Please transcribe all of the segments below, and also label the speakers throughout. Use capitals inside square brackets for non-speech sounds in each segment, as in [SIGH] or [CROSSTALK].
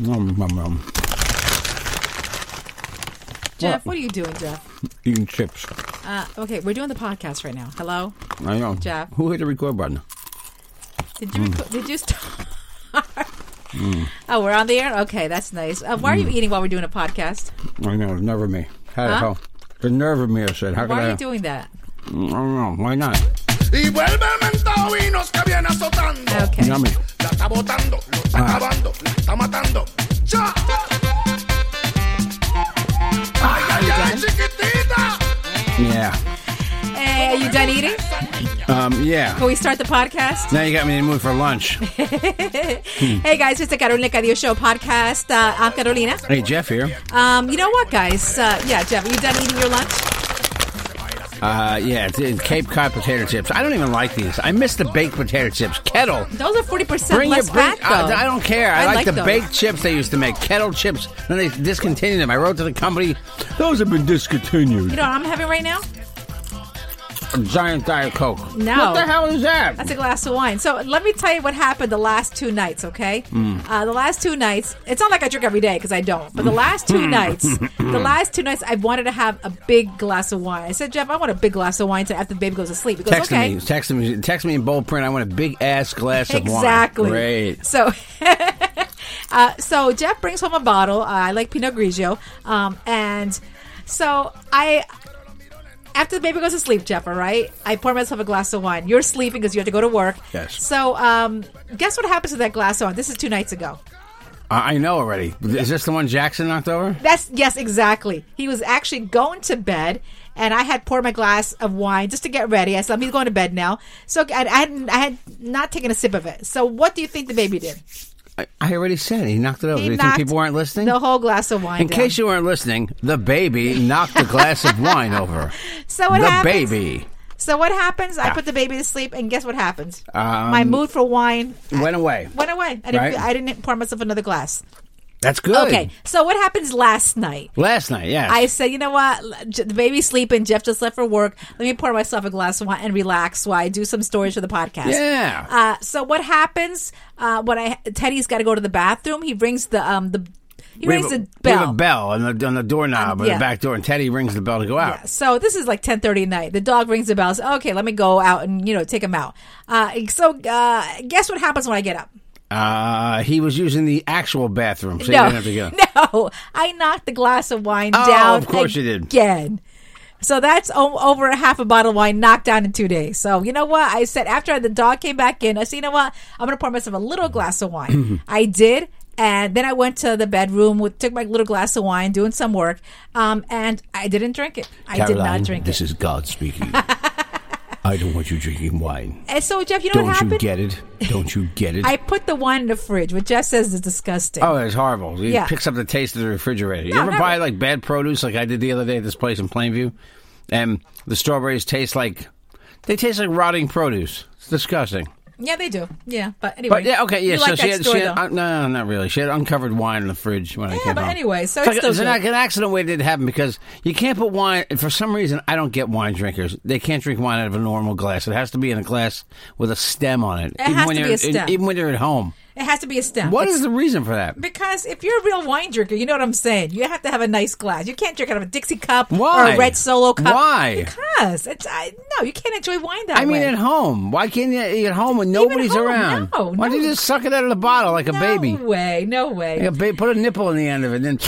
Speaker 1: Nom, nom, nom.
Speaker 2: Jeff, what are you doing, Jeff?
Speaker 1: Eating chips.
Speaker 2: Uh, okay, we're doing the podcast right now. Hello?
Speaker 1: I know.
Speaker 2: Jeff.
Speaker 1: Who hit the record button?
Speaker 2: Did you reco- did you start?
Speaker 1: Mm.
Speaker 2: Oh, we're on the air. Okay, that's nice. Uh, why are you eating while we're doing a podcast?
Speaker 1: I know. It's never me. How the
Speaker 2: Huh?
Speaker 1: hell? The nerve of me, I said. How could
Speaker 2: Why
Speaker 1: I? Mm,
Speaker 2: are you doing that?
Speaker 1: I don't know. Why not?
Speaker 3: Y vuelve el mentado y nos que viene azotando.
Speaker 2: Okay.
Speaker 1: Yummy.
Speaker 3: La está botando, lo está
Speaker 1: Ah.
Speaker 3: acabando, la está matando. ¡Ya! ¡Ay, ay, ay, chiquitita!
Speaker 1: Yeah.
Speaker 2: Hey, are you done eating?
Speaker 1: Um, yeah.
Speaker 2: Can we start the podcast?
Speaker 1: Now you got me in the mood for lunch. Mm.
Speaker 2: Hey, guys, it's the Carolina Cadillo Show podcast. Uh, I'm Carolina.
Speaker 1: hey, Jeff here.
Speaker 2: Um, you know what, guys? Uh, yeah, Jeff, are you done eating your lunch?
Speaker 1: Uh, yeah, it's, it's Cape Cod potato chips. I don't even like these. I miss the baked potato chips. Kettle.
Speaker 2: Those are 40% less fat, though.
Speaker 1: I, I don't care. I, like, the
Speaker 2: those.
Speaker 1: baked chips they used to make. Kettle chips. Then they discontinued them. I wrote to the company. Those have been discontinued.
Speaker 2: You know what I'm having right now?
Speaker 1: a giant Diet Coke.
Speaker 2: No.
Speaker 1: What the hell is that?
Speaker 2: That's a glass of wine. So let me tell you what happened the last two nights, okay? Uh, the last two nights, it's not like I drink every day because I don't, but the last two nights, the last two nights, I wanted to have a big glass of wine. I said, Jeff, I want a big glass of wine tonight after the baby goes to sleep. He goes,
Speaker 1: Text
Speaker 2: okay.
Speaker 1: me. Text me. Text me in bold print. I want a big ass glass of wine.
Speaker 2: Exactly.
Speaker 1: Great.
Speaker 2: So, [LAUGHS] uh, so Jeff brings home a bottle. Uh, I like Pinot Grigio, um, and so I. After the baby goes to sleep, Jeff, all right, I pour myself a glass of wine. You're sleeping because you have to go to work.
Speaker 1: Yes.
Speaker 2: So, um, guess what happens to that glass of wine? This is two nights ago.
Speaker 1: I, I know already. Is this the one Jackson knocked over?
Speaker 2: That's yes, exactly. He was actually going to bed, and I had poured my glass of wine just to get ready. I said, "He's going to bed now." So I, I hadn't, I had not taken a sip of it. So, what do you think the baby did?
Speaker 1: I, I already said he knocked it over.
Speaker 2: He
Speaker 1: Do you think
Speaker 2: knocked
Speaker 1: people weren't listening?
Speaker 2: The whole glass of wine.
Speaker 1: in case you weren't listening, the
Speaker 2: [LAUGHS]
Speaker 1: baby knocked the glass of wine over.
Speaker 2: so what
Speaker 1: the
Speaker 2: happens,
Speaker 1: baby Ah.
Speaker 2: So what happens? I put the baby to sleep, and guess what happens?
Speaker 1: Um,
Speaker 2: My mood for wine
Speaker 1: went away.
Speaker 2: went away. I didn't.
Speaker 1: Right.
Speaker 2: I didn't pour myself another glass.
Speaker 1: That's good.
Speaker 2: Okay. So what happens last night?
Speaker 1: Last night, yes.
Speaker 2: I said, you know what? L- J- The baby's sleeping. Jeff just left for work. Let me pour myself a glass of wine and relax while I do some stories for the podcast.
Speaker 1: Yeah.
Speaker 2: Uh, so what happens uh, when I Teddy's got to go to the bathroom? He rings the um the he
Speaker 1: we
Speaker 2: rings
Speaker 1: have a,
Speaker 2: the
Speaker 1: we have
Speaker 2: bell.
Speaker 1: a bell on the, on the doorknob
Speaker 2: Um,
Speaker 1: or
Speaker 2: yeah.
Speaker 1: the back door, and Teddy rings the bell to go out.
Speaker 2: So this is like ten thirty at night. The dog rings the bell. Says, okay, let me go out and you know take him out. Uh, so uh, guess what happens when I get up?
Speaker 1: Uh, he was using the actual bathroom, so you didn't have to go.
Speaker 2: [LAUGHS] no, I knocked the glass of wine
Speaker 1: Oh,
Speaker 2: down.
Speaker 1: of course you did.
Speaker 2: Again. So that's o- over a half a bottle of wine knocked down in two days. So you know what? I said after the dog came back in, I said, you know what? I'm going to pour myself a little glass
Speaker 1: [CLEARS THROAT]
Speaker 2: of wine. I did. And then I went to the bedroom, with, took my little glass of wine, doing some work, um, and I didn't drink it. I did not drink it.
Speaker 1: is God
Speaker 2: [LAUGHS]
Speaker 1: speaking. I don't want you drinking wine.
Speaker 2: and so, Jeff, you know what happened?
Speaker 1: it? Don't you get it?
Speaker 2: [LAUGHS] I put the wine in the fridge, which Jeff says is disgusting.
Speaker 1: oh, it's horrible. It
Speaker 2: Yeah.
Speaker 1: picks up the taste of the refrigerator. you
Speaker 2: No,
Speaker 1: ever
Speaker 2: not
Speaker 1: buy
Speaker 2: really.
Speaker 1: like bad produce, like I did the other day at this place in Plainview, and the strawberries taste like they taste like rotting produce. It's disgusting.
Speaker 2: Yeah, they do. Yeah, but anyway.
Speaker 1: But yeah, okay, yeah.
Speaker 2: You
Speaker 1: so
Speaker 2: like
Speaker 1: she
Speaker 2: that
Speaker 1: had,
Speaker 2: story,
Speaker 1: she had
Speaker 2: though.
Speaker 1: uh, no, no, not really. She had uncovered wine in the fridge when I came
Speaker 2: but
Speaker 1: home.
Speaker 2: anyway, so it's
Speaker 1: like,
Speaker 2: still
Speaker 1: it's like
Speaker 2: good.
Speaker 1: an accident waiting to happen because you can't put wine. For some reason, I don't get wine drinkers. They can't drink wine out of a normal glass. It has to be in a glass with a stem on it.
Speaker 2: It has
Speaker 1: when
Speaker 2: to be
Speaker 1: you're
Speaker 2: a stem.
Speaker 1: even when you're at home.
Speaker 2: It has to be a stem.
Speaker 1: What
Speaker 2: It's-
Speaker 1: is the reason for that?
Speaker 2: Because if you're a real wine drinker, you know what I'm saying. You have to have a nice glass. You can't drink out of a Dixie cup or
Speaker 1: Why?
Speaker 2: a red Solo cup.
Speaker 1: Why?
Speaker 2: Because it's I, no, you can't enjoy wine that
Speaker 1: I mean,
Speaker 2: way.
Speaker 1: at home. Why can't you eat at home when
Speaker 2: Even
Speaker 1: nobody's
Speaker 2: home,
Speaker 1: around?
Speaker 2: no,
Speaker 1: Why don't you
Speaker 2: no.
Speaker 1: just suck it out of the bottle like a
Speaker 2: no
Speaker 1: baby?
Speaker 2: way, no way.
Speaker 1: Like a ba- put a nipple in the end of it, and
Speaker 2: [LAUGHS]
Speaker 1: then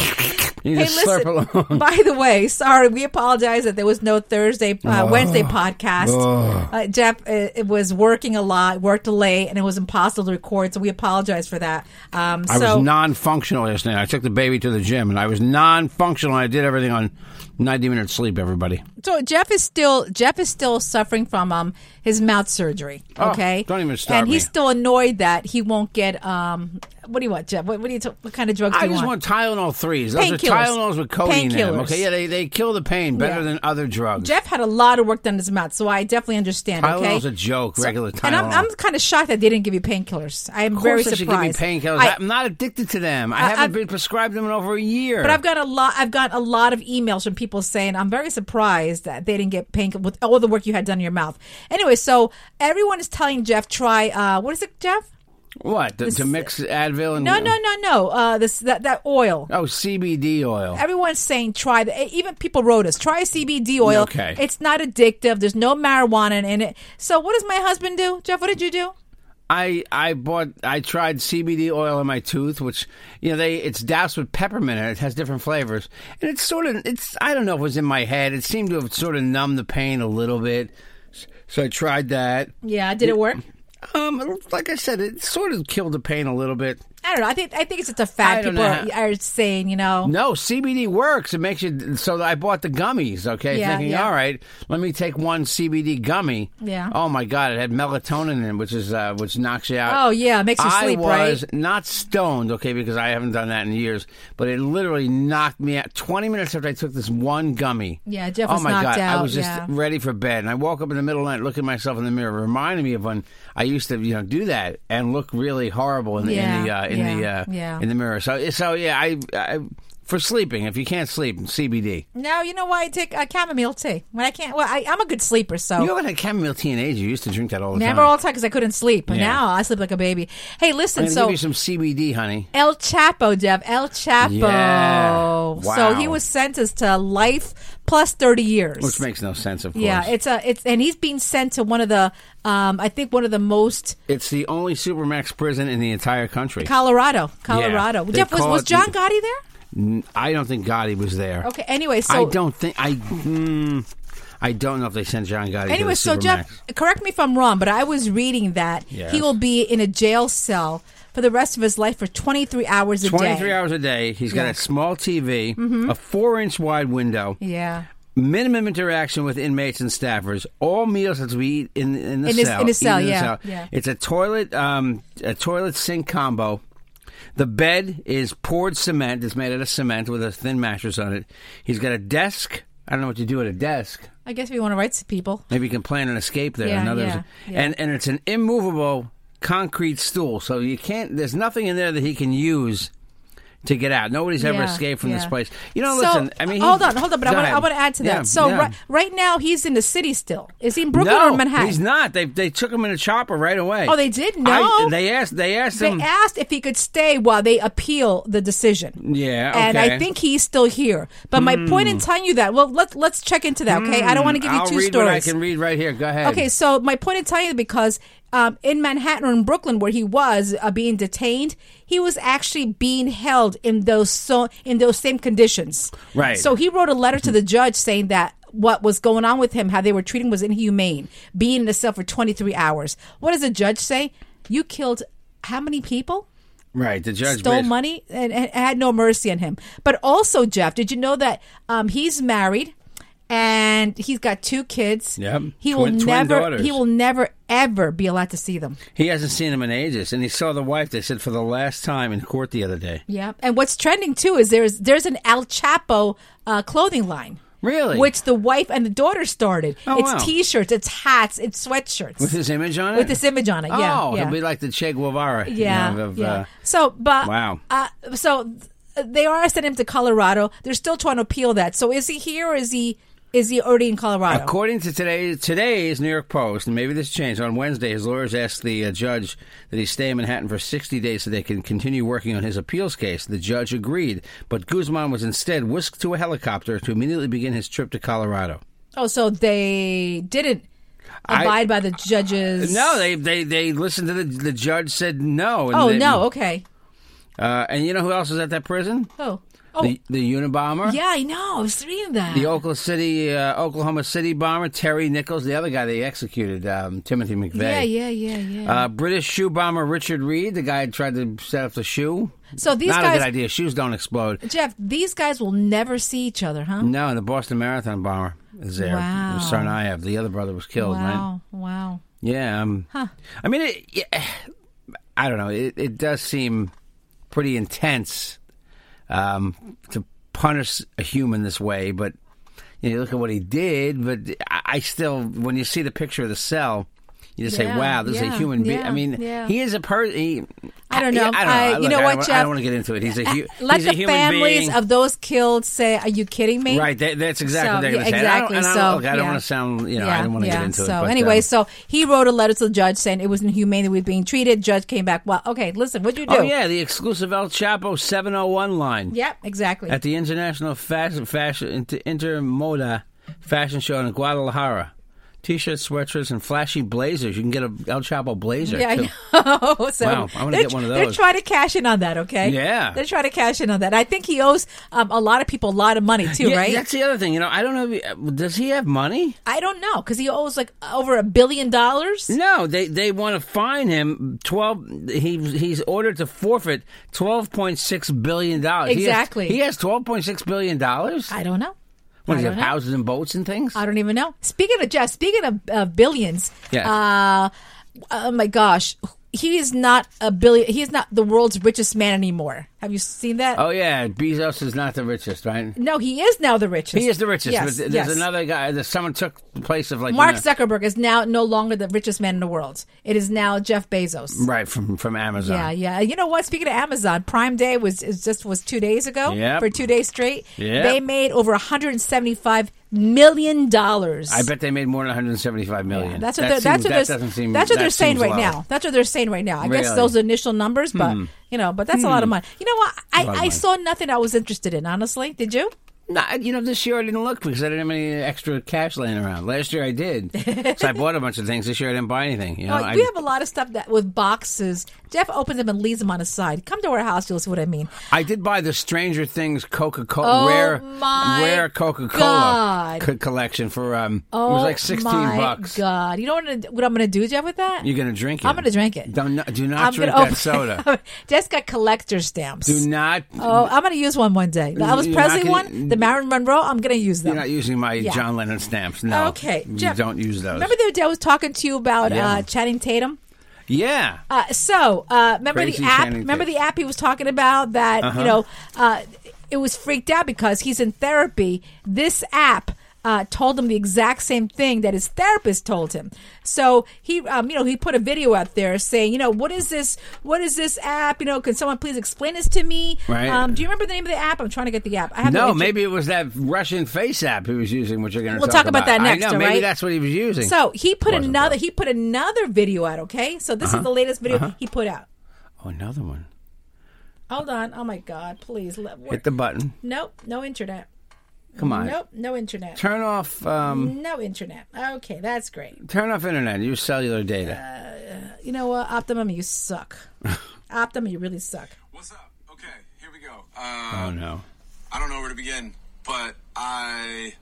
Speaker 1: you
Speaker 2: Hey,
Speaker 1: just slurp
Speaker 2: listen.
Speaker 1: it along.
Speaker 2: By the way, sorry, we apologize that there was no Thursday, uh, Wednesday podcast. Uh, Jeff, uh, it was working a lot, worked late, and it was impossible to record. So we apologize for that. Um,
Speaker 1: I
Speaker 2: so
Speaker 1: was non-functional yesterday. I took the baby to the gym, and I was non-functional. I did everything on ninety minutes sleep. Everybody.
Speaker 2: So Jeff is still Jeff is still suffering from um his mouth surgery.
Speaker 1: Oh,
Speaker 2: Okay,
Speaker 1: don't even start
Speaker 2: And he's
Speaker 1: me.
Speaker 2: still annoyed that he won't get um. What do you want, Jeff? What, what do you t- what kind of drugs
Speaker 1: I
Speaker 2: do you
Speaker 1: just want
Speaker 2: want?
Speaker 1: Tylenol threes. Those are
Speaker 2: Painkillers.
Speaker 1: Tylenols with codeine in them.
Speaker 2: Painkillers.
Speaker 1: Okay, yeah, they, they kill the pain better
Speaker 2: Yeah.
Speaker 1: than other drugs.
Speaker 2: Jeff had a lot of work done to his mouth, so I definitely understand.
Speaker 1: Tylenol's
Speaker 2: okay,
Speaker 1: a joke. regular Tylenol.
Speaker 2: and I'm, I'm kind of shocked that they didn't give you painkillers. I am
Speaker 1: of
Speaker 2: very
Speaker 1: course,
Speaker 2: surprised.
Speaker 1: they should give me painkillers.
Speaker 2: I-
Speaker 1: I, am not addicted to them. I,
Speaker 2: I-
Speaker 1: haven't
Speaker 2: I've-
Speaker 1: been prescribed them in over a year.
Speaker 2: But I've got a lot. I've got a lot of emails from people saying I'm very surprised that they didn't get pain with all the work you had done in your mouth. Anyway, so everyone is telling Jeff try. Uh, what is it, Jeff?
Speaker 1: what to, to mix Advil and
Speaker 2: No, no, no, no. Uh, this that that oil.
Speaker 1: Oh, CBD oil.
Speaker 2: Everyone's saying try the. e, Even people wrote us try CBD oil.
Speaker 1: Mm, Okay.
Speaker 2: it's not addictive. There's no marijuana in it. So what does my husband do, Jeff? What did you do?
Speaker 1: I I bought I tried CBD oil in my tooth, which you know they it's doused with peppermint and it has different flavors, and it's sort of it's I don't know if it was in my head. It seemed to have sort of numbed the pain a little bit, so I tried that.
Speaker 2: Yeah, did it
Speaker 1: Mm.
Speaker 2: work?
Speaker 1: Um, like I said, it sort of killed the pain a little bit.
Speaker 2: I don't know. I think I think it's just a
Speaker 1: I
Speaker 2: fact.
Speaker 1: don't
Speaker 2: People are,
Speaker 1: know.
Speaker 2: are saying, you know,
Speaker 1: No, CBD works. It makes you so. I bought the gummies. Okay,
Speaker 2: Yeah,
Speaker 1: thinking
Speaker 2: yeah.
Speaker 1: all right, let me take one CBD gummy.
Speaker 2: Yeah.
Speaker 1: Oh my god, it had melatonin in, it, which is uh, which knocks you out.
Speaker 2: Oh, yeah, makes you
Speaker 1: I
Speaker 2: sleep, right?
Speaker 1: was not stoned. Okay, because I haven't done that in years. But it literally knocked me out. Twenty minutes after I took this one gummy.
Speaker 2: Yeah, Jeff
Speaker 1: oh
Speaker 2: was
Speaker 1: my
Speaker 2: knocked
Speaker 1: god, I
Speaker 2: out,
Speaker 1: was just
Speaker 2: yeah.
Speaker 1: ready for bed, and I woke up in the middle of the night, looking at myself in the mirror, reminding me of when I used to you know do that and look really horrible in the in the
Speaker 2: Yeah,
Speaker 1: uh, in the
Speaker 2: yeah,
Speaker 1: uh,
Speaker 2: yeah.
Speaker 1: in the mirror. So so yeah, I, I for sleeping. If you can't sleep, CBD.
Speaker 2: no, you know why I take a chamomile tea when I can't. Well, I, I'm a good sleeper, so
Speaker 1: You know, when I had chamomile tea in age, you used to drink that all the
Speaker 2: Oh. Never
Speaker 1: time.
Speaker 2: all the time because I couldn't sleep. But
Speaker 1: Yeah.
Speaker 2: now I sleep like a baby. Hey,
Speaker 1: I'm
Speaker 2: listen,
Speaker 1: gonna
Speaker 2: so
Speaker 1: give you some CBD, honey.
Speaker 2: El Chapo, Jeff, El Chapo.
Speaker 1: Yeah.
Speaker 2: So
Speaker 1: Wow.
Speaker 2: he was sentenced to life plus 30 years.
Speaker 1: Which makes no sense, of course.
Speaker 2: yeah, it's a it's and he's being sent to one of the um I think one of the most
Speaker 1: It's the only supermax prison in the entire country.
Speaker 2: Colorado, Colorado.
Speaker 1: they
Speaker 2: Jeff was
Speaker 1: call
Speaker 2: was
Speaker 1: it-
Speaker 2: John Gotti there?
Speaker 1: I don't think Gotti was there.
Speaker 2: Okay. Anyway, so
Speaker 1: I don't think I. Mm, I don't know if they sent John Gotti.
Speaker 2: Anyway,
Speaker 1: to the
Speaker 2: so Jeff,
Speaker 1: Supermax.
Speaker 2: correct me if I'm wrong, but I was reading that
Speaker 1: Yes.
Speaker 2: he will be in a jail cell for the rest of his life for 23 hours a day. Mm-hmm.
Speaker 1: 23 hours a day. He's got
Speaker 2: Yeah.
Speaker 1: a small TV, a four inch wide window,
Speaker 2: Yeah.
Speaker 1: minimum interaction with inmates and staffers, all meals that we eat in, in the
Speaker 2: In his-
Speaker 1: cell.
Speaker 2: in his cell,
Speaker 1: eaten
Speaker 2: yeah, yeah.
Speaker 1: It's a toilet, um, a toilet sink combo. The bed is poured cement. It's made out of cement with a thin mattress on it. He's got a desk. I don't know what you do at a desk.
Speaker 2: I guess we want to write to people.
Speaker 1: Maybe you can plan an escape there.
Speaker 2: Yeah,
Speaker 1: Another,
Speaker 2: yeah, yeah.
Speaker 1: and and it's an immovable concrete stool, so you can't. There's nothing in there that he can use to get out. Nobody's ever
Speaker 2: Yeah,
Speaker 1: escaped from this
Speaker 2: yeah.
Speaker 1: place. You know,
Speaker 2: So,
Speaker 1: listen. I mean, he-
Speaker 2: hold on, hold on. But I
Speaker 1: Go
Speaker 2: want, I
Speaker 1: ahead.
Speaker 2: want to add to that.
Speaker 1: Yeah,
Speaker 2: so
Speaker 1: yeah.
Speaker 2: right, right now he's in the city still. Is he in Brooklyn
Speaker 1: no,
Speaker 2: or Manhattan?
Speaker 1: he's not. They they took him in a chopper right away.
Speaker 2: Oh, they did? No.
Speaker 1: I- they asked. They asked
Speaker 2: They
Speaker 1: him.
Speaker 2: asked if he could stay while they appeal the decision.
Speaker 1: Yeah,
Speaker 2: And
Speaker 1: okay. Hmm.
Speaker 2: I think he's still here. But my point in telling you that, well, let's let's check into that, okay? I don't want to give you
Speaker 1: I'll
Speaker 2: two
Speaker 1: read
Speaker 2: stories.
Speaker 1: What I can read right here. Go ahead.
Speaker 2: Okay, so my point in telling you because um, in Manhattan or in Brooklyn, where he was uh, being detained, he was actually being held in those so in those same conditions.
Speaker 1: Right.
Speaker 2: So he wrote a letter to the judge saying that what was going on with him, how they were treating, him was inhumane. Being in the cell for 23 hours. What does the judge say? You killed how many people?
Speaker 1: Right. The judge
Speaker 2: stole
Speaker 1: basically-
Speaker 2: money and, and had no mercy on him. But also, Jeff, did you know that um, he's married and he's got two kids?
Speaker 1: Yep.
Speaker 2: He
Speaker 1: Twin-
Speaker 2: will
Speaker 1: twin
Speaker 2: never.
Speaker 1: daughters.
Speaker 2: He will never ever be allowed to see them.
Speaker 1: He hasn't seen him in ages, and he saw the wife. They said for the last time in court the other day.
Speaker 2: Yeah. And what's trending too is there's there's an Al Chapo uh, clothing line.
Speaker 1: Really?
Speaker 2: Which the wife and the daughter started.
Speaker 1: Oh,
Speaker 2: it's
Speaker 1: wow.
Speaker 2: T-shirts, it's hats, it's sweatshirts
Speaker 1: With his image on it?
Speaker 2: With this image on it, yeah,
Speaker 1: Oh,
Speaker 2: yeah.
Speaker 1: he'll be like the Che Guevara. you
Speaker 2: Yeah.
Speaker 1: know, of,
Speaker 2: yeah.
Speaker 1: uh,
Speaker 2: so, but
Speaker 1: Wow.
Speaker 2: Uh, so th- they are sending him to Colorado. They're still trying to appeal that. So, is he here or is he is he already in Colorado?
Speaker 1: According to today, today's New York Post, and maybe this changed on Wednesday, his lawyers asked the uh, judge that he stay in Manhattan for 60 days so they can continue working on his appeals case. The judge agreed, but Guzman was instead whisked to a helicopter to immediately begin his trip to Colorado.
Speaker 2: oh, so they didn't abide by the judge's.
Speaker 1: No, they they, they listened to the the judge said no. And
Speaker 2: Oh
Speaker 1: they-
Speaker 2: no. Okay.
Speaker 1: Uh, and you know who else was at that prison?
Speaker 2: Oh. Oh.
Speaker 1: The, the Unabomber.
Speaker 2: yeah, I know. I was reading that.
Speaker 1: The Oklahoma City, uh, Oklahoma City bomber Terry Nichols, the other guy they executed, um, Timothy McVeigh.
Speaker 2: yeah, yeah, yeah, yeah.
Speaker 1: Uh, British shoe bomber Richard Reed, the guy who tried to set up the shoe.
Speaker 2: So these
Speaker 1: Not a
Speaker 2: guys-
Speaker 1: good idea. Shoes don't explode.
Speaker 2: Jeff, these guys will never see each other, huh?
Speaker 1: No, and the Boston Marathon bomber is there.
Speaker 2: Wow.
Speaker 1: It was Tsarnaev. The other brother was killed, right?
Speaker 2: wow. Wow.
Speaker 1: Yeah. Um, I mean, it, yeah, I don't know. It, it does seem pretty intense um, to punish a human this way, but you, know, you look at what he did. But I, I still, when you see the picture of the cell, you just
Speaker 2: Yeah,
Speaker 1: say, "Wow, this is
Speaker 2: yeah,
Speaker 1: a human being."
Speaker 2: yeah,
Speaker 1: I mean,
Speaker 2: yeah.
Speaker 1: he is a person.
Speaker 2: I don't know.
Speaker 1: I don't
Speaker 2: I-
Speaker 1: know.
Speaker 2: you
Speaker 1: Look,
Speaker 2: know
Speaker 1: I don't,
Speaker 2: what,
Speaker 1: wa- I
Speaker 2: Jeff? Uh,
Speaker 1: don't want to get into it. He's a, hu-
Speaker 2: Let
Speaker 1: he's a
Speaker 2: the
Speaker 1: human
Speaker 2: families
Speaker 1: being.
Speaker 2: of those killed say, "Are you kidding me?"
Speaker 1: Right, that, that's exactly
Speaker 2: So,
Speaker 1: what they're going to
Speaker 2: yeah,
Speaker 1: say. And I don't-
Speaker 2: exactly.
Speaker 1: and I don't,
Speaker 2: So,
Speaker 1: look, I don't
Speaker 2: yeah.
Speaker 1: want to sound, you know, I don't want to get into
Speaker 2: so,
Speaker 1: it. but,
Speaker 2: anyway,
Speaker 1: um,
Speaker 2: so he wrote a letter to the judge saying it was inhumane that we were being treated. Judge came back. Well, okay, listen, what'd you do?
Speaker 1: Oh yeah, the exclusive El Chapo 701 line.
Speaker 2: Yep, exactly.
Speaker 1: At the International Fashion, fashion Inter- Intermoda Fashion Show in Guadalajara. T-shirts, sweatshirts, and flashy blazers. You can get a El Chapo blazer.
Speaker 2: yeah, I
Speaker 1: too.
Speaker 2: know. [LAUGHS] so
Speaker 1: Wow, I wanna
Speaker 2: they're
Speaker 1: get one of
Speaker 2: tr- They're
Speaker 1: those.
Speaker 2: trying to cash in on that, okay?
Speaker 1: Yeah.
Speaker 2: They're trying to cash in on that. I think he owes um, a lot of people a lot of money,
Speaker 1: [LAUGHS]
Speaker 2: too,
Speaker 1: Yeah,
Speaker 2: right?
Speaker 1: That's the other thing. You know, I don't know. If he, uh, does he have money?
Speaker 2: I don't know, because he owes like over a billion dollars.
Speaker 1: No, they they want to fine him twelve. He he's ordered to forfeit twelve point six billion dollars.
Speaker 2: Exactly.
Speaker 1: He has twelve point six billion dollars.
Speaker 2: I don't know.
Speaker 1: What
Speaker 2: I
Speaker 1: does he
Speaker 2: don't
Speaker 1: have?
Speaker 2: know.
Speaker 1: Houses and boats and things.
Speaker 2: I don't even know. Speaking of Jeff, speaking of uh, billions,
Speaker 1: Yes.
Speaker 2: uh, oh my gosh, he is not a billion. He is not the world's richest man anymore. Have you seen that?
Speaker 1: Oh yeah, Bezos is not the richest, right?
Speaker 2: No, he is now the richest.
Speaker 1: He is the richest.
Speaker 2: Yes,
Speaker 1: but th-
Speaker 2: yes.
Speaker 1: there's another guy. That someone took the place of like
Speaker 2: Mark
Speaker 1: you know-
Speaker 2: Zuckerberg is now no longer the richest man in the world. It is now Jeff Bezos.
Speaker 1: right from from Amazon.
Speaker 2: Yeah, yeah. You know what? Speaking of Amazon, Prime Day was is just was two days ago.
Speaker 1: Yep.
Speaker 2: For two days straight,
Speaker 1: Yep.
Speaker 2: they made over 175 million dollars.
Speaker 1: I bet they made more than 175 million.
Speaker 2: That's
Speaker 1: That
Speaker 2: what they're, that's
Speaker 1: seems-
Speaker 2: what they're,
Speaker 1: that doesn't seem.
Speaker 2: that's what
Speaker 1: that
Speaker 2: they're saying
Speaker 1: seems
Speaker 2: right
Speaker 1: low.
Speaker 2: now. That's what they're saying right now. I guess
Speaker 1: Really? Hmm.
Speaker 2: those are initial numbers, but you know, but that's a lot of money. You know what? I, I
Speaker 1: money.
Speaker 2: saw nothing I was interested in. Honestly, did you?
Speaker 1: No, I- you know, this year I didn't look because I didn't have any extra cash laying around. Last year I did, so I bought a bunch of things. This year I didn't buy anything. You know,
Speaker 2: Oh,
Speaker 1: I,
Speaker 2: we have a lot of stuff that with boxes. Jeff opens them and leaves them on his side. Come to our house, you'll see what I mean.
Speaker 1: I did buy the Stranger Things Coca Cola
Speaker 2: Oh,
Speaker 1: rare
Speaker 2: my
Speaker 1: rare Coca Cola
Speaker 2: God. Oh
Speaker 1: co- collection for um. it was like 16
Speaker 2: my
Speaker 1: bucks.
Speaker 2: God, you know what, I'm gonna- what I'm going to do, Jeff, with that?
Speaker 1: You're gonna drink it.
Speaker 2: I'm gonna drink it.
Speaker 1: Don't do not
Speaker 2: [LAUGHS] I'm
Speaker 1: drink
Speaker 2: gonna
Speaker 1: that soda.
Speaker 2: open- Jeff's got collector stamps.
Speaker 1: Do not.
Speaker 2: oh, I'm going to use one one day. The Elvis
Speaker 1: You're not
Speaker 2: Presley
Speaker 1: gonna-
Speaker 2: one, the Marilyn Monroe. I'm going to use them.
Speaker 1: You're not using my John Lennon stamps. No.
Speaker 2: Okay,
Speaker 1: You
Speaker 2: Jeff,
Speaker 1: don't use those.
Speaker 2: Remember the other day I was talking to you about uh,
Speaker 1: Yeah.
Speaker 2: Channing Tatum?
Speaker 1: yeah.
Speaker 2: Uh, so, uh, remember
Speaker 1: Crazy Uh-huh.
Speaker 2: the app?
Speaker 1: Channing
Speaker 2: remember
Speaker 1: Tatum.
Speaker 2: the app he was talking about that, you know, uh, it was freaked out because he's in therapy. This app. Uh, told him the exact same thing that his therapist told him. So he, um, you know, he put a video out there saying, you know, what is this? What is this app? You know, can someone please explain this to me?
Speaker 1: Right.
Speaker 2: Um, do you remember the name of the app? I'm trying to get the app. I have the
Speaker 1: No,
Speaker 2: picture.
Speaker 1: maybe it was that Russian face app he was using, which you're going to
Speaker 2: We'll talk about that next,
Speaker 1: I know,
Speaker 2: all
Speaker 1: maybe
Speaker 2: right?
Speaker 1: that's what he was using.
Speaker 2: So he put
Speaker 1: Wasn't Uh-huh.
Speaker 2: another. He put another video out. Okay, so this is the latest video he put out.
Speaker 1: oh, another one.
Speaker 2: Hold on. Oh my God! Please. Let,
Speaker 1: Hit the button.
Speaker 2: nope. No internet.
Speaker 1: Come on.
Speaker 2: Nope. Mm-hmm. No internet.
Speaker 1: Turn off. Um,
Speaker 2: No internet. Okay, that's great.
Speaker 1: turn off internet. Use cellular
Speaker 2: Uh,
Speaker 1: data.
Speaker 2: You know what, Optimum? You
Speaker 1: [LAUGHS]
Speaker 2: suck. Optimum, you really suck.
Speaker 4: What's up? Okay, here we go. Uh,
Speaker 1: oh no.
Speaker 4: I don't know where to begin, but I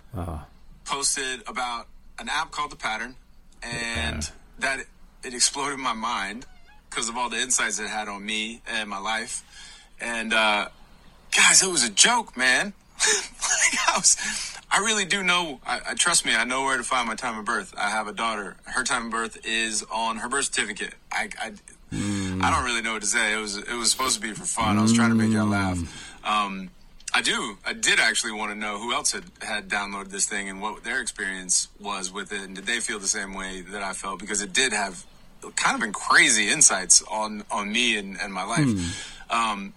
Speaker 4: posted about an app called The Pattern, and that it exploded my mind because of all the insights it had on me and my life. And uh, guys, it was a joke, man. [LAUGHS] like I, was, I really do know. I, I trust me. I know where to find my time of birth. I have a daughter. Her time of birth is on her birth certificate. I, I, I don't really know what to say. It was, it was supposed to be for fun. I was trying to make y'all laugh. Um, I do. I did actually want to know who else had, had downloaded this thing and what their experience was with it, and did they feel the same way that I felt? Because it did have kind of crazy insights on on me and, and my life. Um,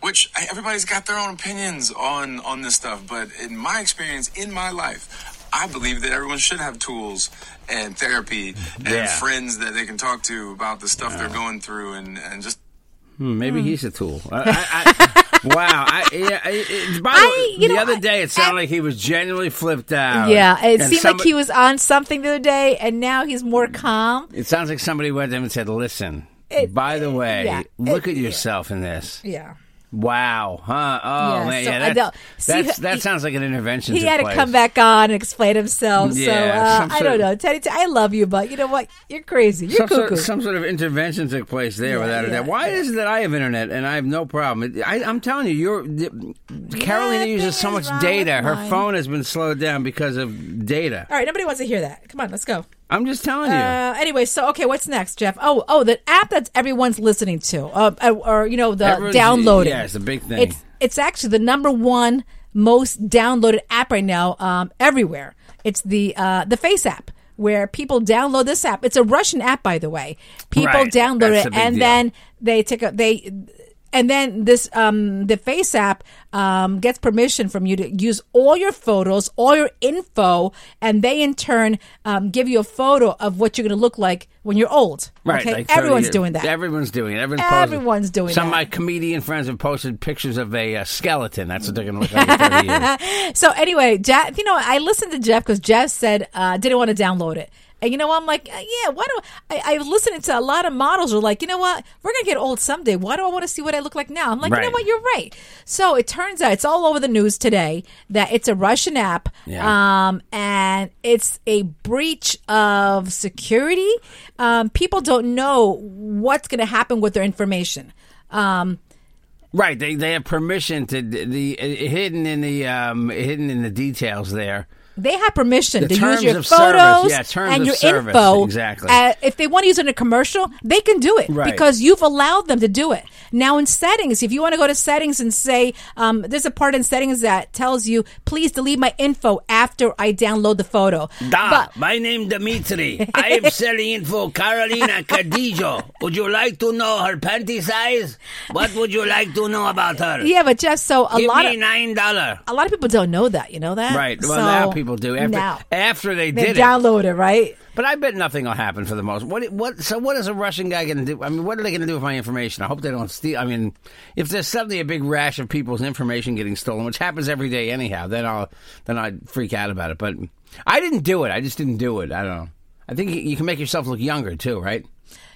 Speaker 4: which I- everybody's got their own opinions on on this stuff but in my experience in my life I believe that everyone should have tools and therapy and
Speaker 1: Yeah.
Speaker 4: friends that they can talk to about the stuff they're going through and, and just
Speaker 1: Hmm, Maybe
Speaker 2: mm.
Speaker 1: he's a [LAUGHS] tool. I, I, I, wow. I, yeah, I- it- by the-
Speaker 2: I- you
Speaker 1: the
Speaker 2: know,
Speaker 1: other
Speaker 2: I-
Speaker 1: day, it sounded
Speaker 2: I-
Speaker 1: like he was genuinely flipped out.
Speaker 2: Yeah, it
Speaker 1: Oh, And Mm.
Speaker 2: seemed like
Speaker 1: somebody-
Speaker 2: he was on something the other day, and now he's more calm.
Speaker 1: It sounds like somebody went to him and said, "Listen, by the way,
Speaker 2: yeah,
Speaker 1: look at yourself in this.
Speaker 2: Yeah.
Speaker 1: Wow, huh? Oh
Speaker 2: Yeah,
Speaker 1: man,
Speaker 2: so
Speaker 1: yeah,
Speaker 2: I
Speaker 1: that's-
Speaker 2: don't- see,
Speaker 1: that's-
Speaker 2: he-
Speaker 1: that sounds like an intervention.
Speaker 2: He had to
Speaker 1: place.
Speaker 2: come back on and explain himself.
Speaker 1: Yeah,
Speaker 2: so
Speaker 1: some
Speaker 2: uh, I
Speaker 1: sort
Speaker 2: don't
Speaker 1: of-
Speaker 2: know, Teddy. T- I love you, but you know what? You're crazy. You're
Speaker 1: Some
Speaker 2: cuckoo.
Speaker 1: sort, of, some sort of intervention took place there, without a
Speaker 2: yeah,
Speaker 1: doubt. Why
Speaker 2: yeah.
Speaker 1: is it that I have internet and I have no problem? It- I, I'm telling you, you're the, Carolina
Speaker 2: Nothing
Speaker 1: uses so
Speaker 2: is
Speaker 1: much
Speaker 2: wrong
Speaker 1: data.
Speaker 2: with
Speaker 1: Her
Speaker 2: mine.
Speaker 1: phone has been slowed down because of data.
Speaker 2: All right, nobody wants to hear that. Come on, let's go.
Speaker 1: I'm just telling you.
Speaker 2: Uh, anyway, so okay, what's next, Jeff? Oh, oh, the app that everyone's listening to, uh, uh, or you know, the
Speaker 1: Everyone's-
Speaker 2: downloading.
Speaker 1: yeah, it's a big thing.
Speaker 2: It's it's actually the number one most downloaded app right now, um, everywhere. It's the uh, the Face app where people download this app. It's a Russian app, by the way. People
Speaker 1: Right,
Speaker 2: download
Speaker 1: that's the
Speaker 2: it
Speaker 1: big
Speaker 2: and
Speaker 1: deal.
Speaker 2: then they take a they. And then this, um, the Face app um, gets permission from you to use all your photos, all your info, and they in turn um, give you a photo of what you're going to look like when you're old.
Speaker 1: Right,
Speaker 2: Okay,
Speaker 1: like 30
Speaker 2: everyone's
Speaker 1: years-
Speaker 2: doing that.
Speaker 1: Everyone's doing it. Everyone's, posing.
Speaker 2: Everyone's doing
Speaker 1: Some of
Speaker 2: that.
Speaker 1: my comedian friends have posted pictures of a uh, skeleton. That's what they're going to look like in 30 years.
Speaker 2: [LAUGHS] So anyway, Jeff, you know, I listened to Jeff because Jeff said uh, didn't want to download it. And you know, I'm like, uh, yeah, why do I, I? was listening to a lot of models who are like, you know what, we're gonna get old someday. Why do I want to see what I look like now? I'm like, you know
Speaker 1: Right.
Speaker 2: what, you're right. So it turns out it's all over the news today that it's a Russian app,
Speaker 1: Yeah.
Speaker 2: um, and it's a breach of security. Um, people don't know what's gonna happen with their information. Um,
Speaker 1: Right, they they have permission to the, the hidden in the um, hidden in the details there.
Speaker 2: They have permission
Speaker 1: The
Speaker 2: to
Speaker 1: terms
Speaker 2: use your
Speaker 1: of service.
Speaker 2: photos
Speaker 1: Yeah, terms
Speaker 2: and
Speaker 1: of
Speaker 2: your
Speaker 1: service.
Speaker 2: info.
Speaker 1: Exactly.
Speaker 2: Uh, if they want to use it in a commercial, they can do it
Speaker 1: Right.
Speaker 2: because you've allowed them to do it. Now, in settings, if you want to go to settings and say, um, there's a part in settings that tells you, please delete my info after I download the photo.
Speaker 1: Da,
Speaker 2: But
Speaker 1: my name Dmitri. I am selling info Carolina Cardijo. Would you like to know her panty size? What would you like to know about her?
Speaker 2: yeah, but Jeff, so a
Speaker 1: Give
Speaker 2: lot
Speaker 1: me
Speaker 2: of
Speaker 1: nine dollar.
Speaker 2: a lot of people don't know that. You know that,
Speaker 1: Right. Well,
Speaker 2: So,
Speaker 1: now people do after
Speaker 2: now
Speaker 1: after they,
Speaker 2: they
Speaker 1: did it.
Speaker 2: download it, right?
Speaker 1: But I bet nothing will happen for the most. What? What? So what is a Russian guy going to do? I mean, what are they going to do with my information? I hope they don't steal. I mean, if there's suddenly a big rash of people's information getting stolen, which happens every day anyhow, then I'll then I'd freak out about it. But I didn't do it. I just didn't do it. I don't know. I think you- you can make yourself look younger too, right?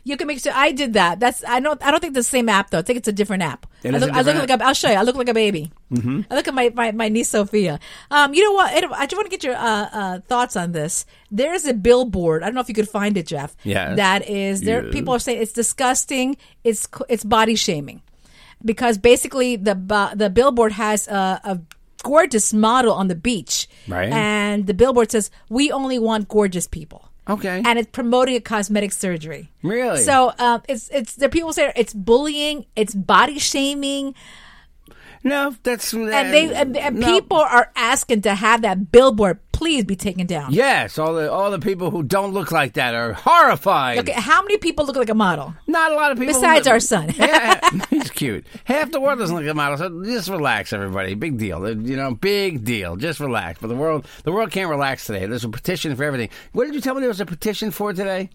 Speaker 2: You can make sure I did that. That's I don't I don't think it's the same app though. I think it's a different app.
Speaker 1: It
Speaker 2: I
Speaker 1: is
Speaker 2: look,
Speaker 1: a
Speaker 2: I look
Speaker 1: different app.
Speaker 2: like a, I'll show you. I look like a baby. Mm-hmm. I look at my, my, my niece Sophia. Um, you know what? Ed, I just want to get your uh, uh, thoughts on this. There is a billboard. I don't know if you could find it, Jeff.
Speaker 1: Yes.
Speaker 2: That is there.
Speaker 1: Yes.
Speaker 2: People are saying it's disgusting. It's co- it's body shaming because basically the bo- the billboard has a, a gorgeous model on the beach,
Speaker 1: Right.
Speaker 2: And the billboard says, "We only want gorgeous people."
Speaker 1: Okay.
Speaker 2: and it's promoting a cosmetic surgery.
Speaker 1: Really?
Speaker 2: So um, it's it's there. are People say it's bullying, it's body shaming,
Speaker 1: No, that's uh,
Speaker 2: and they and, and
Speaker 1: no.
Speaker 2: people are asking to have that billboard please be taken down.
Speaker 1: Yes, all the all the people who don't look like that are horrified.
Speaker 2: Okay, how many people look like a model?
Speaker 1: Not a lot of people.
Speaker 2: Besides our son.
Speaker 1: [LAUGHS]
Speaker 2: [LAUGHS]
Speaker 1: yeah, he's cute. Half the world doesn't look at models. So just relax, everybody. Big deal. You know, big deal. Just relax. But the world, the world can't relax today. There's a petition for everything. What did you tell me there was a petition for today?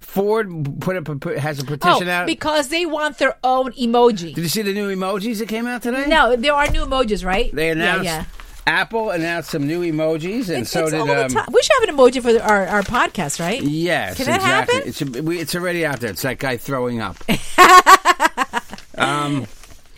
Speaker 1: Ford put up a, put- has a petition
Speaker 2: oh,
Speaker 1: out.
Speaker 2: because they want their own emoji.
Speaker 1: did you see the new emojis that came out today?
Speaker 2: no, there are new emojis, right?
Speaker 1: They announced.
Speaker 2: Yeah, yeah.
Speaker 1: Apple announced some new emojis, and
Speaker 2: It's,
Speaker 1: so
Speaker 2: it's
Speaker 1: did
Speaker 2: all the
Speaker 1: um,
Speaker 2: time. We should have an emoji for the, our, our podcast, right?
Speaker 1: Yes,
Speaker 2: Can that
Speaker 1: exactly.
Speaker 2: happen?
Speaker 1: It's, a, we, it's already out there. It's that guy throwing
Speaker 2: [LAUGHS]
Speaker 1: up. um,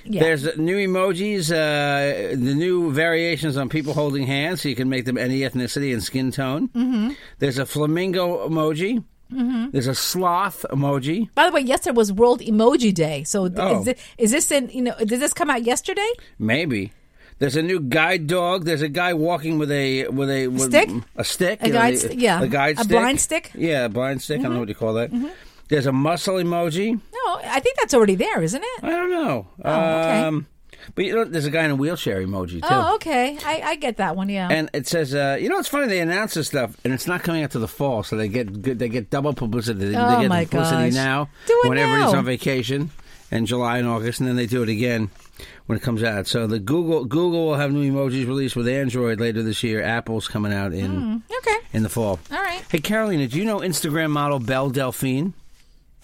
Speaker 1: There's new emojis, uh, the new variations on people holding hands, so you can make them any ethnicity and skin tone. Mm-hmm. There's a flamingo emoji. Mm-hmm. There's a sloth emoji.
Speaker 2: By the way, yesterday was World Emoji Day. So th-
Speaker 1: Oh.
Speaker 2: is, this, is this in you know? Did this come out yesterday?
Speaker 1: Maybe. There's a new guide dog. There's a guy walking with a with a with
Speaker 2: Stick?
Speaker 1: a stick,
Speaker 2: A
Speaker 1: you know,
Speaker 2: guide
Speaker 1: the-
Speaker 2: st- yeah.
Speaker 1: a guide,
Speaker 2: A
Speaker 1: stick,
Speaker 2: blind stick? Mm-hmm.
Speaker 1: yeah, a blind stick. I don't know what you call that. There's a muscle emoji.
Speaker 2: No, I think that's already there, isn't it?
Speaker 1: I don't know.
Speaker 2: Oh, okay.
Speaker 1: Um, but you know, there's a guy in a wheelchair emoji too.
Speaker 2: Oh, okay. I, I get that one. Yeah.
Speaker 1: And it says, uh, you know, it's funny they announce this stuff, and it's not coming out to the fall, so they get good. They get double publicity. They,
Speaker 2: Oh,
Speaker 1: they get
Speaker 2: my
Speaker 1: publicity
Speaker 2: gosh.
Speaker 1: now,
Speaker 2: Do it
Speaker 1: whenever he's
Speaker 2: now.
Speaker 1: on vacation. in July and August, and then they do it again when it comes out. So the Google Google will have new emojis released with Android later this year. Apple's coming out in
Speaker 2: Okay.
Speaker 1: in the fall.
Speaker 2: Hmm. All right.
Speaker 1: Hey Carolina, do you know Instagram model Belle Delphine?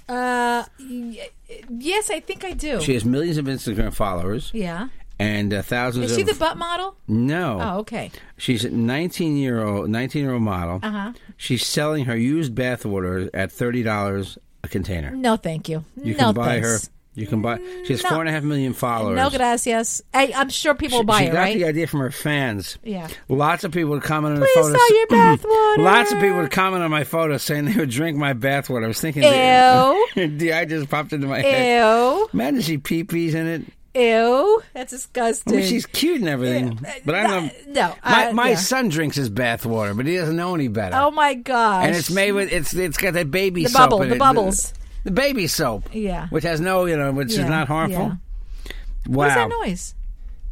Speaker 2: Uh, y- yes, I think I do.
Speaker 1: She has millions of Instagram followers
Speaker 2: yeah.
Speaker 1: and uh, thousands
Speaker 2: Is
Speaker 1: of
Speaker 2: she the butt model?
Speaker 1: no.
Speaker 2: Oh, okay.
Speaker 1: She's a 19 year old 19 year old model. Uh-huh. She's selling her used bathwater at thirty dollars a container.
Speaker 2: No, thank you.
Speaker 1: You
Speaker 2: no,
Speaker 1: can buy
Speaker 2: thanks.
Speaker 1: her. You can buy. She has
Speaker 2: No.
Speaker 1: four and a half million followers.
Speaker 2: No, gracias. I, I'm sure people will buy
Speaker 1: she
Speaker 2: it,
Speaker 1: got
Speaker 2: right?
Speaker 1: the idea from her fans.
Speaker 2: Yeah.
Speaker 1: Lots of people would comment on
Speaker 2: Please
Speaker 1: her photos.
Speaker 2: sell your
Speaker 1: [CLEARS THROAT]
Speaker 2: bathwater.
Speaker 1: Lots of people would comment on my photos saying they would drink my bathwater. I was thinking, [LAUGHS]
Speaker 2: Ew.
Speaker 1: the idea just popped into my head.
Speaker 2: Ew.
Speaker 1: Imagine she pee pees in it.
Speaker 2: Ew. That's
Speaker 1: I
Speaker 2: disgusting.
Speaker 1: mean, she's cute and everything, but I
Speaker 2: no,
Speaker 1: don't.
Speaker 2: no,
Speaker 1: my
Speaker 2: uh,
Speaker 1: my
Speaker 2: yeah.
Speaker 1: son drinks his bathwater, but he doesn't know any better.
Speaker 2: oh, my gosh.
Speaker 1: and it's made with it's it's got that baby
Speaker 2: The
Speaker 1: soap
Speaker 2: bubble,
Speaker 1: in
Speaker 2: the
Speaker 1: it,
Speaker 2: bubbles.
Speaker 1: the, baby soap,
Speaker 2: Yeah.
Speaker 1: which has no you know which
Speaker 2: Yeah,
Speaker 1: is not harmful. Wow,
Speaker 2: What's that noise?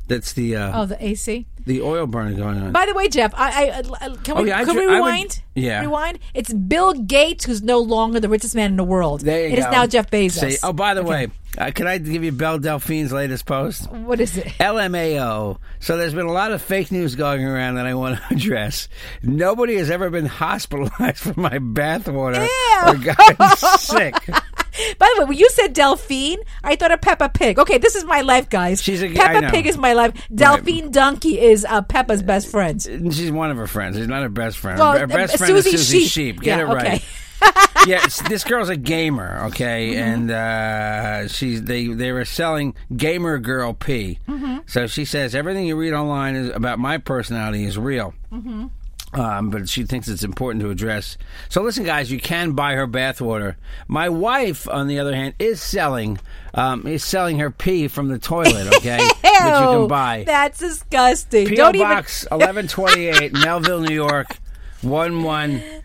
Speaker 1: that's the uh,
Speaker 2: Oh, the AC.
Speaker 1: the oil burner going on.
Speaker 2: By the way, Jeff, I, I, I can we
Speaker 1: Oh, yeah, I
Speaker 2: can we
Speaker 1: dr- I would-
Speaker 2: rewind?
Speaker 1: yeah.
Speaker 2: rewind. It's Bill Gates who's no longer the richest man in the world.
Speaker 1: There you
Speaker 2: It is
Speaker 1: go.
Speaker 2: now Jeff Bezos.
Speaker 1: See- oh, by the way, uh, can I give you Belle Delphine's latest post?
Speaker 2: what is it? [LAUGHS]
Speaker 1: LMAO. So there's been a lot of fake news going around that I want to [LAUGHS] address. Nobody has ever been [LAUGHS] hospitalized for my bathwater or gotten
Speaker 2: [LAUGHS]
Speaker 1: sick.
Speaker 2: By the way, when you said Delphine, I thought of Peppa Pig. Okay, this is my life, guys.
Speaker 1: She's a- I
Speaker 2: Peppa
Speaker 1: know.
Speaker 2: Pig is my life. Delphine Donkey is uh, Peppa's best friend.
Speaker 1: And She's one of her friends. She's not her best friend.
Speaker 2: Well,
Speaker 1: Uh, her best
Speaker 2: uh,
Speaker 1: friend
Speaker 2: Susie
Speaker 1: is Susie
Speaker 2: Sheep.
Speaker 1: Sheep. Get
Speaker 2: Yeah,
Speaker 1: it right.
Speaker 2: okay.
Speaker 1: yes, this girl's a gamer, okay, and uh, she's they they were selling gamer girl P. So she says everything you read online is about my personality is real. Um, but she thinks it's important to address. So listen, guys, you can buy her bathwater. My wife, on the other hand, is selling um, is selling her pee from the toilet, okay, which you
Speaker 2: Ew,
Speaker 1: can buy.
Speaker 2: That's disgusting.
Speaker 1: PO
Speaker 2: Don't
Speaker 1: Box 1128,
Speaker 2: [LAUGHS]
Speaker 1: Melville, New York.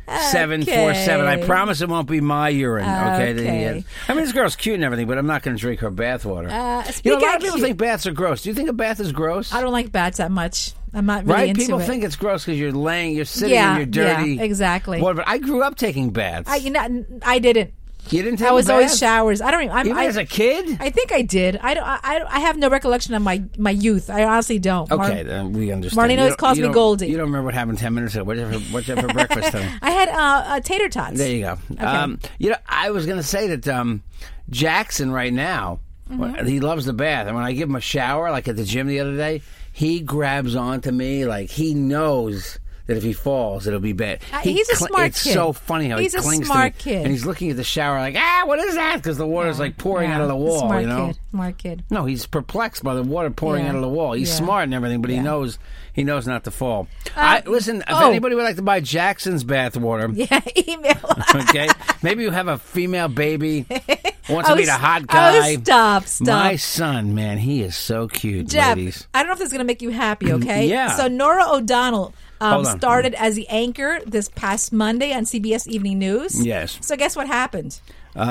Speaker 1: 11747. I
Speaker 2: Okay. promise
Speaker 1: promise it won't be my urine. Okay. uh,
Speaker 2: Okay.
Speaker 1: I mean, this girl's cute and everything, but I'm not going to drink her bath water.
Speaker 2: Uh,
Speaker 1: you know, a
Speaker 2: speaking
Speaker 1: lot
Speaker 2: of
Speaker 1: of people
Speaker 2: cute-
Speaker 1: think baths are gross. Do you think a bath is gross?
Speaker 2: even. I don't like bats that much. I'm not really
Speaker 1: right?
Speaker 2: into
Speaker 1: people
Speaker 2: it.
Speaker 1: think it's gross because you're laying, you're sitting,
Speaker 2: Yeah,
Speaker 1: and you're dirty.
Speaker 2: yeah, exactly.
Speaker 1: What- but I grew up taking baths.
Speaker 2: I, you know, I didn't.
Speaker 1: you didn't take
Speaker 2: I was
Speaker 1: a
Speaker 2: always
Speaker 1: bath?
Speaker 2: showers. I don't even. I'm,
Speaker 1: Even
Speaker 2: I,
Speaker 1: as a kid?
Speaker 2: I think I did. I don't. I, I- I have no recollection of my my youth. I honestly don't. Mar-
Speaker 1: okay, then we understand.
Speaker 2: Marlene
Speaker 1: You
Speaker 2: always
Speaker 1: don't-
Speaker 2: calls
Speaker 1: you
Speaker 2: me
Speaker 1: don't-
Speaker 2: Goldie.
Speaker 1: You don't remember what happened 10 minutes ago. What'd you have for- what'd
Speaker 2: [LAUGHS]
Speaker 1: you have for breakfast then?
Speaker 2: I had uh, uh, tater tots.
Speaker 1: There you go. Um, you know, I was going to say that um, Jackson right now,
Speaker 2: Mm-hmm.
Speaker 1: wh- he loves the bath, and when I give him a shower, like at the gym the other day, he grabs onto me like he knows. That if he falls, it'll be bad.
Speaker 2: Uh,
Speaker 1: He
Speaker 2: he's a smart
Speaker 1: it's
Speaker 2: kid.
Speaker 1: so funny how
Speaker 2: He's a
Speaker 1: he clings
Speaker 2: smart
Speaker 1: to me,
Speaker 2: kid.
Speaker 1: and he's looking at the shower like, ah, what is that? Because the water's like pouring out of the wall.
Speaker 2: Smart
Speaker 1: you know,
Speaker 2: kid. Smart kid. [LAUGHS]
Speaker 1: no, he's perplexed by the water pouring
Speaker 2: Yeah.
Speaker 1: out of the wall. He's
Speaker 2: Yeah. Uh,
Speaker 1: smart and everything, but he knows he knows not to fall. I, listen, if
Speaker 2: oh.
Speaker 1: anybody would like to buy Jackson's bath water,
Speaker 2: Yeah.
Speaker 1: [LAUGHS]
Speaker 2: Email.
Speaker 1: okay, maybe you have a female
Speaker 2: [LAUGHS]
Speaker 1: baby wants to
Speaker 2: Oh,
Speaker 1: meet a
Speaker 2: s-
Speaker 1: hot guy.
Speaker 2: Oh, stop, stop.
Speaker 1: My son, man, he is so cute,
Speaker 2: Jeff,
Speaker 1: ladies. Mm,
Speaker 2: I don't know if this is going to make you happy, okay?
Speaker 1: Yeah.
Speaker 2: So Nora O'Donnell um,
Speaker 1: Hold on.
Speaker 2: started as the anchor this past Monday on CBS Evening News.
Speaker 1: Yes.
Speaker 2: So guess what happened?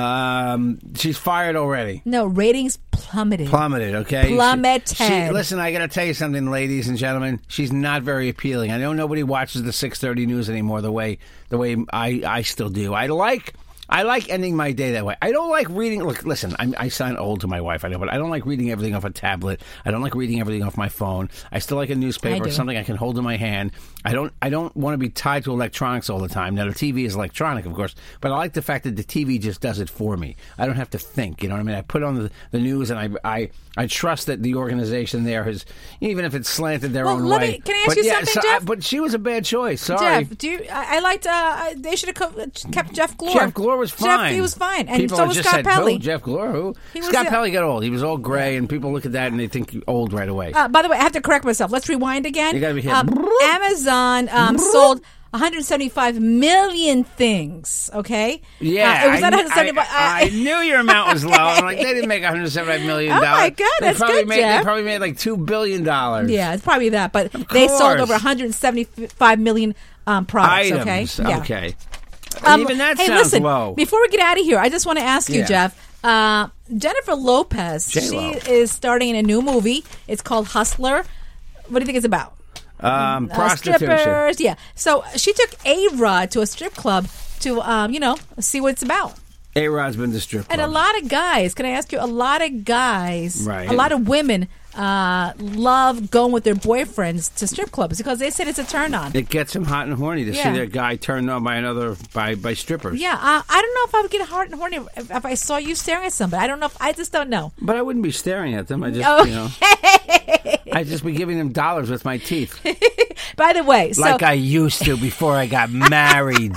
Speaker 1: Um, she's fired already.
Speaker 2: No, ratings plummeted.
Speaker 1: Plummeted, okay? She-
Speaker 2: Plummeted.
Speaker 1: she- listen, I got to tell you something, ladies and gentlemen. She's not very appealing. I know nobody watches the 6:30 news anymore the way the way I I still do. I like I like ending my day that way. I don't like reading. Look, listen, I'm, I sound old to my wife, I know, but I don't like reading everything off a tablet. I don't like reading everything off my phone. I still like a
Speaker 2: I
Speaker 1: newspaper,
Speaker 2: do.
Speaker 1: something I can hold in my hand. I don't. I don't want to be tied to electronics all the time. Now the TV is electronic, of course, but I like the fact that the TV just does it for me. I don't have to think. You know what I mean? I put on the, the news, and I, I I trust that the organization there has, even if it's slanted their
Speaker 2: Well,
Speaker 1: own
Speaker 2: let
Speaker 1: way.
Speaker 2: me- can I ask
Speaker 1: but
Speaker 2: you
Speaker 1: yeah,
Speaker 2: something,
Speaker 1: so
Speaker 2: Jeff?
Speaker 1: I, but she was a bad choice. Sorry.
Speaker 2: Jeff, do you? I, I liked. Uh, I- they should have co- kept Jeff Glore.
Speaker 1: Jeff Glore was fine.
Speaker 2: Jeff, he was fine, and
Speaker 1: people
Speaker 2: so
Speaker 1: have
Speaker 2: was
Speaker 1: just
Speaker 2: Scott
Speaker 1: said,
Speaker 2: Pelley.
Speaker 1: "Who, Jeff Glore, who?
Speaker 2: He was
Speaker 1: Scott
Speaker 2: the-
Speaker 1: Pelley got old. He was all gray, and people look at that and they think you old right away.
Speaker 2: Uh, by the way, I have to correct myself. Let's rewind again.
Speaker 1: You gotta be here.
Speaker 2: Um, Amazon um, sold 175 million things. Okay.
Speaker 1: Yeah,
Speaker 2: Uh, it was not
Speaker 1: I kn-
Speaker 2: 175.
Speaker 1: I, I
Speaker 2: uh,
Speaker 1: knew your amount was low. I'm like, they didn't make 175 million
Speaker 2: [LAUGHS] Oh,
Speaker 1: dollars.
Speaker 2: my God,
Speaker 1: they
Speaker 2: that's
Speaker 1: probably
Speaker 2: good,
Speaker 1: made,
Speaker 2: Jeff.
Speaker 1: They probably made like two billion dollars.
Speaker 2: yeah, it's probably that, but they sold
Speaker 1: course.
Speaker 2: over 175 million um, products.
Speaker 1: items.
Speaker 2: Okay. Yeah.
Speaker 1: okay. And
Speaker 2: Um,
Speaker 1: even that
Speaker 2: hey,
Speaker 1: sounds
Speaker 2: listen,
Speaker 1: low.
Speaker 2: Before we get out of here, I just want to ask you,
Speaker 1: Yeah.
Speaker 2: Jeff. Uh, Jennifer Lopez,
Speaker 1: J-Lo.
Speaker 2: she is starting in a new movie. It's called Hustler. What do you think it's about?
Speaker 1: um,
Speaker 2: Uh,
Speaker 1: prostitution.
Speaker 2: strippers, yeah. So she took Avra to a strip club to, um, you know, see what it's about.
Speaker 1: A Rod's been to strip
Speaker 2: And a
Speaker 1: clubs.
Speaker 2: lot of guys, can I ask you? A lot of guys,
Speaker 1: Right.
Speaker 2: a lot of women uh, love going with their boyfriends to strip clubs because they said it's a turn on.
Speaker 1: It gets them hot and horny to see
Speaker 2: Yeah.
Speaker 1: their guy turned on by another by by strippers.
Speaker 2: Yeah, uh, I don't know if I would get hard and horny if, if I saw you staring at somebody. I don't know if I just don't know.
Speaker 1: But I wouldn't be staring at them. I just you know I'd just be giving them dollars with my
Speaker 2: [LAUGHS]
Speaker 1: teeth.
Speaker 2: By the way, so
Speaker 1: like uh, I used to before I got
Speaker 2: [LAUGHS]
Speaker 1: married.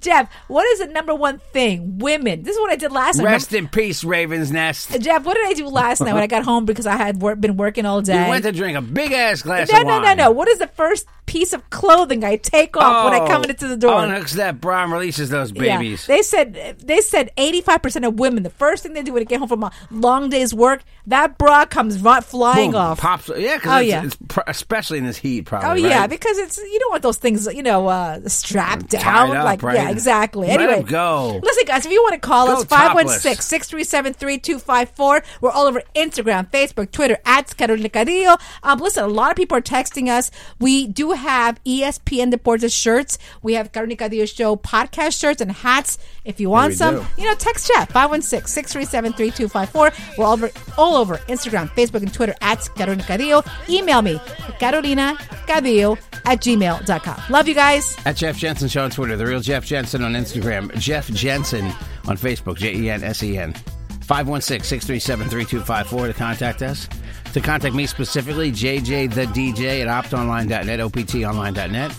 Speaker 2: Jeff, what is the number one thing women? This is what I did last night.
Speaker 1: Rest in peace, Raven's Nest.
Speaker 2: Remember- Jeff, what did I do last night when
Speaker 1: [LAUGHS]
Speaker 2: I got home because I had wor- been working all day?
Speaker 1: You went to drink a big ass glass
Speaker 2: no,
Speaker 1: of
Speaker 2: no,
Speaker 1: wine.
Speaker 2: no, no. What is the first piece of clothing I take off when I come into the door?
Speaker 1: Oh, Unhooks that bra and releases those
Speaker 2: Yeah.
Speaker 1: babies.
Speaker 2: They said they said eighty five percent of women the first thing they do when they get home from a long day's work that bra comes ri- flying
Speaker 1: Boom,
Speaker 2: off.
Speaker 1: Pops. Yeah, because
Speaker 2: Oh,
Speaker 1: it's,
Speaker 2: yeah.
Speaker 1: it's pr- especially in this heat,
Speaker 2: Oh
Speaker 1: probably.
Speaker 2: yeah,
Speaker 1: right?
Speaker 2: because it's you don't want those things you know uh, strapped
Speaker 1: Tied
Speaker 2: down
Speaker 1: up,
Speaker 2: like yeah
Speaker 1: right?
Speaker 2: exactly.
Speaker 1: Let 'em
Speaker 2: Anyway,
Speaker 1: go.
Speaker 2: Listen, guys, if you want to call
Speaker 1: Go
Speaker 2: us
Speaker 1: topless.
Speaker 2: 516-637-3254. We're all over Instagram, Facebook, Twitter at Carolina Cadillo. Um, listen, a lot of people are texting us. We do have E ESPN Deportes shirts. We have Carolina Cadillo Show podcast shirts and hats. If you want
Speaker 1: we
Speaker 2: some,
Speaker 1: do.
Speaker 2: you know, text Jeff 516-637-3254. We're all over, all over Instagram, Facebook, and Twitter at Carolina Cadillo. Email me, Carolina Cadillo at gmail.com. Love you guys.
Speaker 1: At Jeff Jensen Show on Twitter, The Real Jeff Jensen on Instagram, Jeff Jensen on Facebook, J E N S E N. 516 637 3254 to contact us. To contact me specifically, JJ the DJ at optonline.net, optonline.net.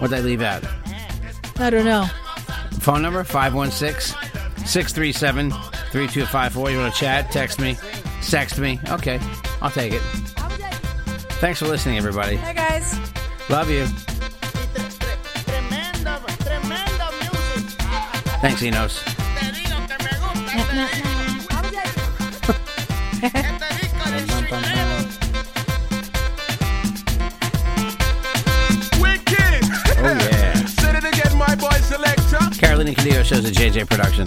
Speaker 1: What did I leave out?
Speaker 2: I don't know.
Speaker 1: Phone number 516 637 3254. You want to chat? Text me. Text me. Okay. I'll take it. Thanks for listening, everybody.
Speaker 2: Hi, guys.
Speaker 1: Love you.
Speaker 3: Tremendo, tremendo music.
Speaker 1: Thanks, Enos.
Speaker 3: Te digo que me gusta este disco. Este disco de chileno.
Speaker 5: Wicked!
Speaker 1: Oh, yeah.
Speaker 5: Say it again, my boy selector.
Speaker 1: Carolina Cadillo shows at JJ Production.